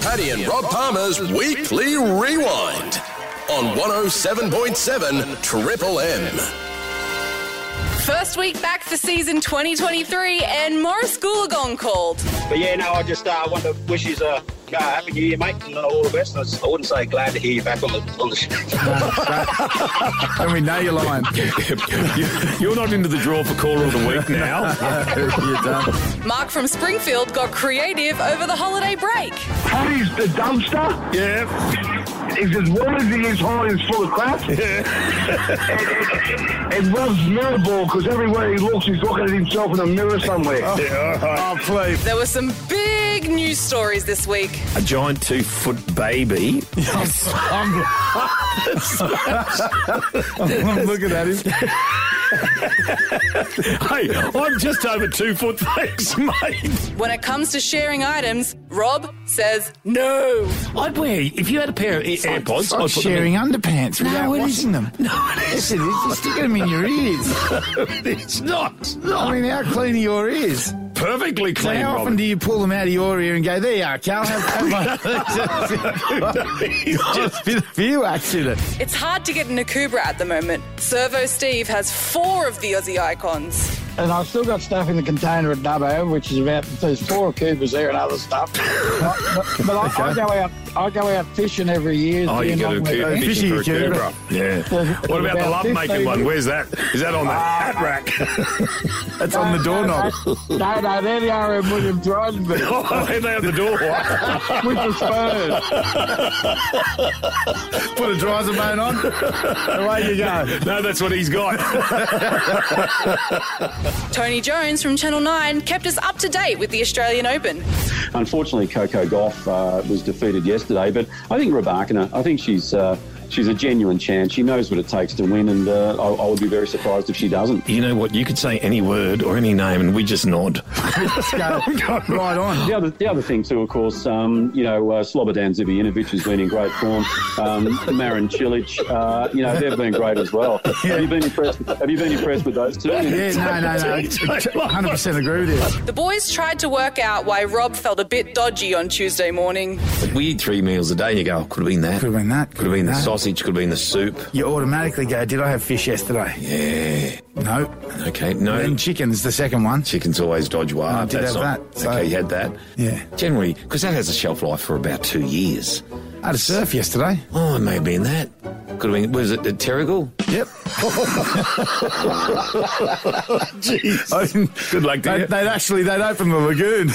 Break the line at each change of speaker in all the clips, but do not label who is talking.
Paddy and Rob Palmer's Weekly Rewind on 107.7 Triple M.
First week back for season 2023, and Morris Goolagong called.
But yeah, no, I just uh, want to wish you a uh, uh, happy new year, mate, and uh, all the best. I, just- I wouldn't say glad to hear you back on the, on the show.
And we know you're lying.
You're not into the draw for caller of the week now.
you're done.
Mark from Springfield got creative over the holiday break.
Paddy's the dumpster.
yeah.
He's as warm as he is hot, he's full of crap. and, and Rob's mirror ball, because everywhere he looks, he's looking at himself in a mirror somewhere.
Oh, please.
There were some big news stories this week.
A giant two foot baby.
I'm, I'm looking at him.
Hey, I'm just over two foot. Thanks, mate.
When it comes to sharing items, Rob says no.
I'd wear, if you had a pair of Air- AirPods,
It's like
I'd put them in.
sharing underpants without
it
washing them.
No, it
Yes,
is.
it is. You're sticking them in your ears.
It's not. It's
I
not.
mean, how clean are your ears?
Perfectly
So
clean,
how often
Robin.
do you pull them out of your ear and go, there you are, Cal, have, have one."
He's
It's
just-
been a few accidents.
It's hard to get an Akubra at the moment. Servo Steve has four of the Aussie icons.
And I've still got stuff in the container at Dubbo, which is about there's four Coopers there and other stuff. but but I, I go out, I go out fishing every year.
Oh, you
seeing
got
what
a
we-
cu- fishing for a
Fishing
cobra. Yeah.
There's-
What
there's
about the
about
love making
15
one? Where's that? Is that on the hat rack?
Ah. That's on the doorknob.
No, no, they're the RM William Dryden, but
oh, they out the door.
with the Spurs.
Put a dryzer bone on. Away you go.
No, that's what he's got.
Tony Jones from Channel 9 kept us up to date with the Australian Open.
Unfortunately, Coco Goff uh, was defeated yesterday, but I think Rabakina, I think she's uh, she's a genuine chance. She knows what it takes to win, and uh, I, I would be very surprised if she doesn't.
You know what? You could say any word or any name, and we just nod.
Let's go. Right on.
The other, the other thing too, of course, um, you know, uh, Slobodan Zivijanovic has been in great form. Um, Marin Cilic, uh, you know, they've been great as well. Have you been impressed? Have you been impressed with those two?
Yeah, no, no, no. 100% agree with you.
The boys tried to work out why Rob felt a bit dodgy on Tuesday morning.
We eat three meals a day, and you go, oh, could have been that.
Could have been that.
Could have been the
that.
sausage. Could have been the soup.
You automatically go, did I have fish yesterday? Yeah. No.
Okay, no.
And chicken's the second one.
Chicken's always dodge one.
I did
That's
have
not-
that, so-
Okay, you had that.
Yeah.
Generally, because that has a shelf life for about two years.
I had a surf yesterday.
Oh, it may have been that. Could have been. Was it the Terrigal?
Yep. I didn't-
Good luck to
They'd,
you.
they'd actually, they'd open the lagoon.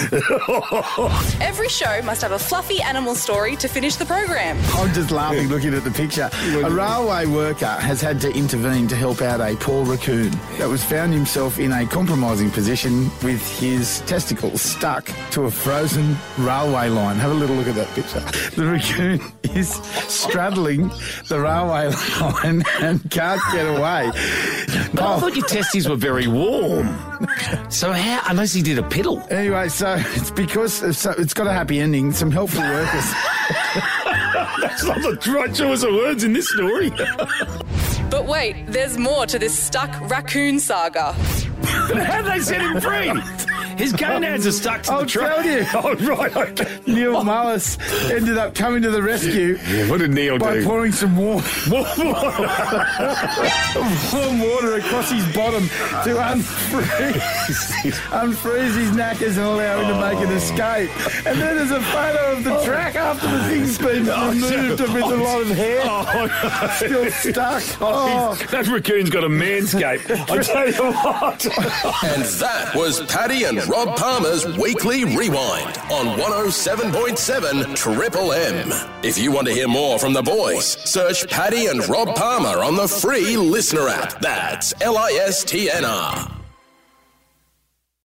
Every show must have a fluffy animal story to finish the program.
I'm just laughing looking at the picture. A railway worker has had to intervene to help out a poor raccoon that was found himself in a compromising position with his testicles stuck to a frozen railway line. Have a little look at that picture. The raccoon is straddling the railway line and can't get away.
But I
Oh.
thought your testes were very warm. So how? Unless he did a piddle.
Anyway, so it's because so it's got a happy ending. Some helpful workers.
That's not the right choice of words in this story.
But wait, there's more to this stuck raccoon saga.
How they set him free? His gonads are stuck to
I'll
the truck.
tell you.
Oh, right, okay.
Neil Mullis ended up coming to the rescue
What did Neil
by
do?
pouring some warm,
Whoa,
warm water across his bottom to unfreeze, unfreeze his knackers and allow him to make an escape. And then there's a photo of the track after the thing's been removed with a lot of hair
whoa.
still stuck. Oh,
That raccoon's got a manscape. I tell you what.
And that was Paddy and Rob Palmer's Weekly Rewind on 107.7 Triple M. If you want to hear more from the boys, search Paddy and Rob Palmer on the free listener app. That's L I S T N R.